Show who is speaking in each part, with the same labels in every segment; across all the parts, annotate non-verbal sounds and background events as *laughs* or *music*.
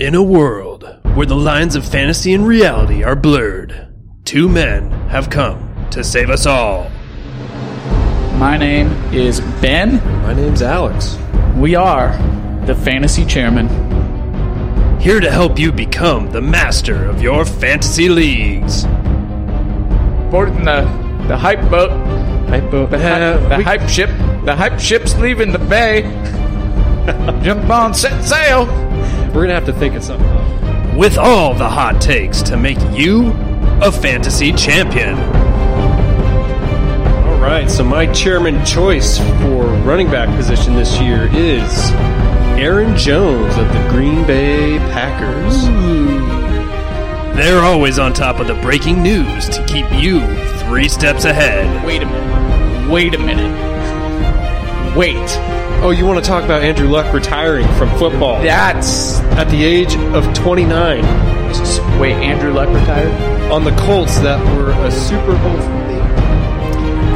Speaker 1: In a world where the lines of fantasy and reality are blurred, two men have come to save us all.
Speaker 2: My name is Ben.
Speaker 1: My name's Alex.
Speaker 2: We are the Fantasy Chairman.
Speaker 1: Here to help you become the master of your fantasy leagues.
Speaker 2: Boarding the, the hype boat. Hype boat. The, hy-
Speaker 1: Uh,
Speaker 2: the
Speaker 1: we-
Speaker 2: hype ship. The hype ship's leaving the *laughs* bay. Jump on, set sail.
Speaker 3: We're gonna have to think of something.
Speaker 1: With all the hot takes to make you a fantasy champion.
Speaker 3: All right, so my chairman choice for running back position this year is Aaron Jones of the Green Bay Packers.
Speaker 1: They're always on top of the breaking news to keep you three steps ahead.
Speaker 2: Wait a minute. Wait a minute. Wait.
Speaker 3: Oh, you want to talk about Andrew Luck retiring from football
Speaker 2: That's.
Speaker 3: at the age of 29
Speaker 2: Wait, Andrew Luck retired?
Speaker 3: on the Colts that were a Super Bowl.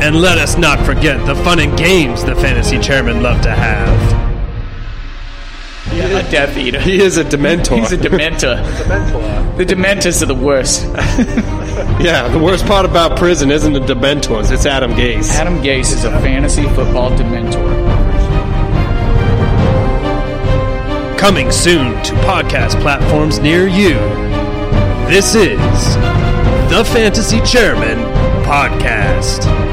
Speaker 1: And let us not forget the fun and games the fantasy chairman love to have.
Speaker 2: *laughs* Yeah, a Death Eater.
Speaker 3: He is a Dementor.
Speaker 2: He's *laughs* a Dementor. The Dementors are the worst.
Speaker 3: yeah, the worst part about prison isn't the Dementors; it's Adam Gase.
Speaker 2: Adam Gase is a fantasy football Dementor.
Speaker 1: Coming soon to podcast platforms near you. This is the Fantasy Chairman Podcast.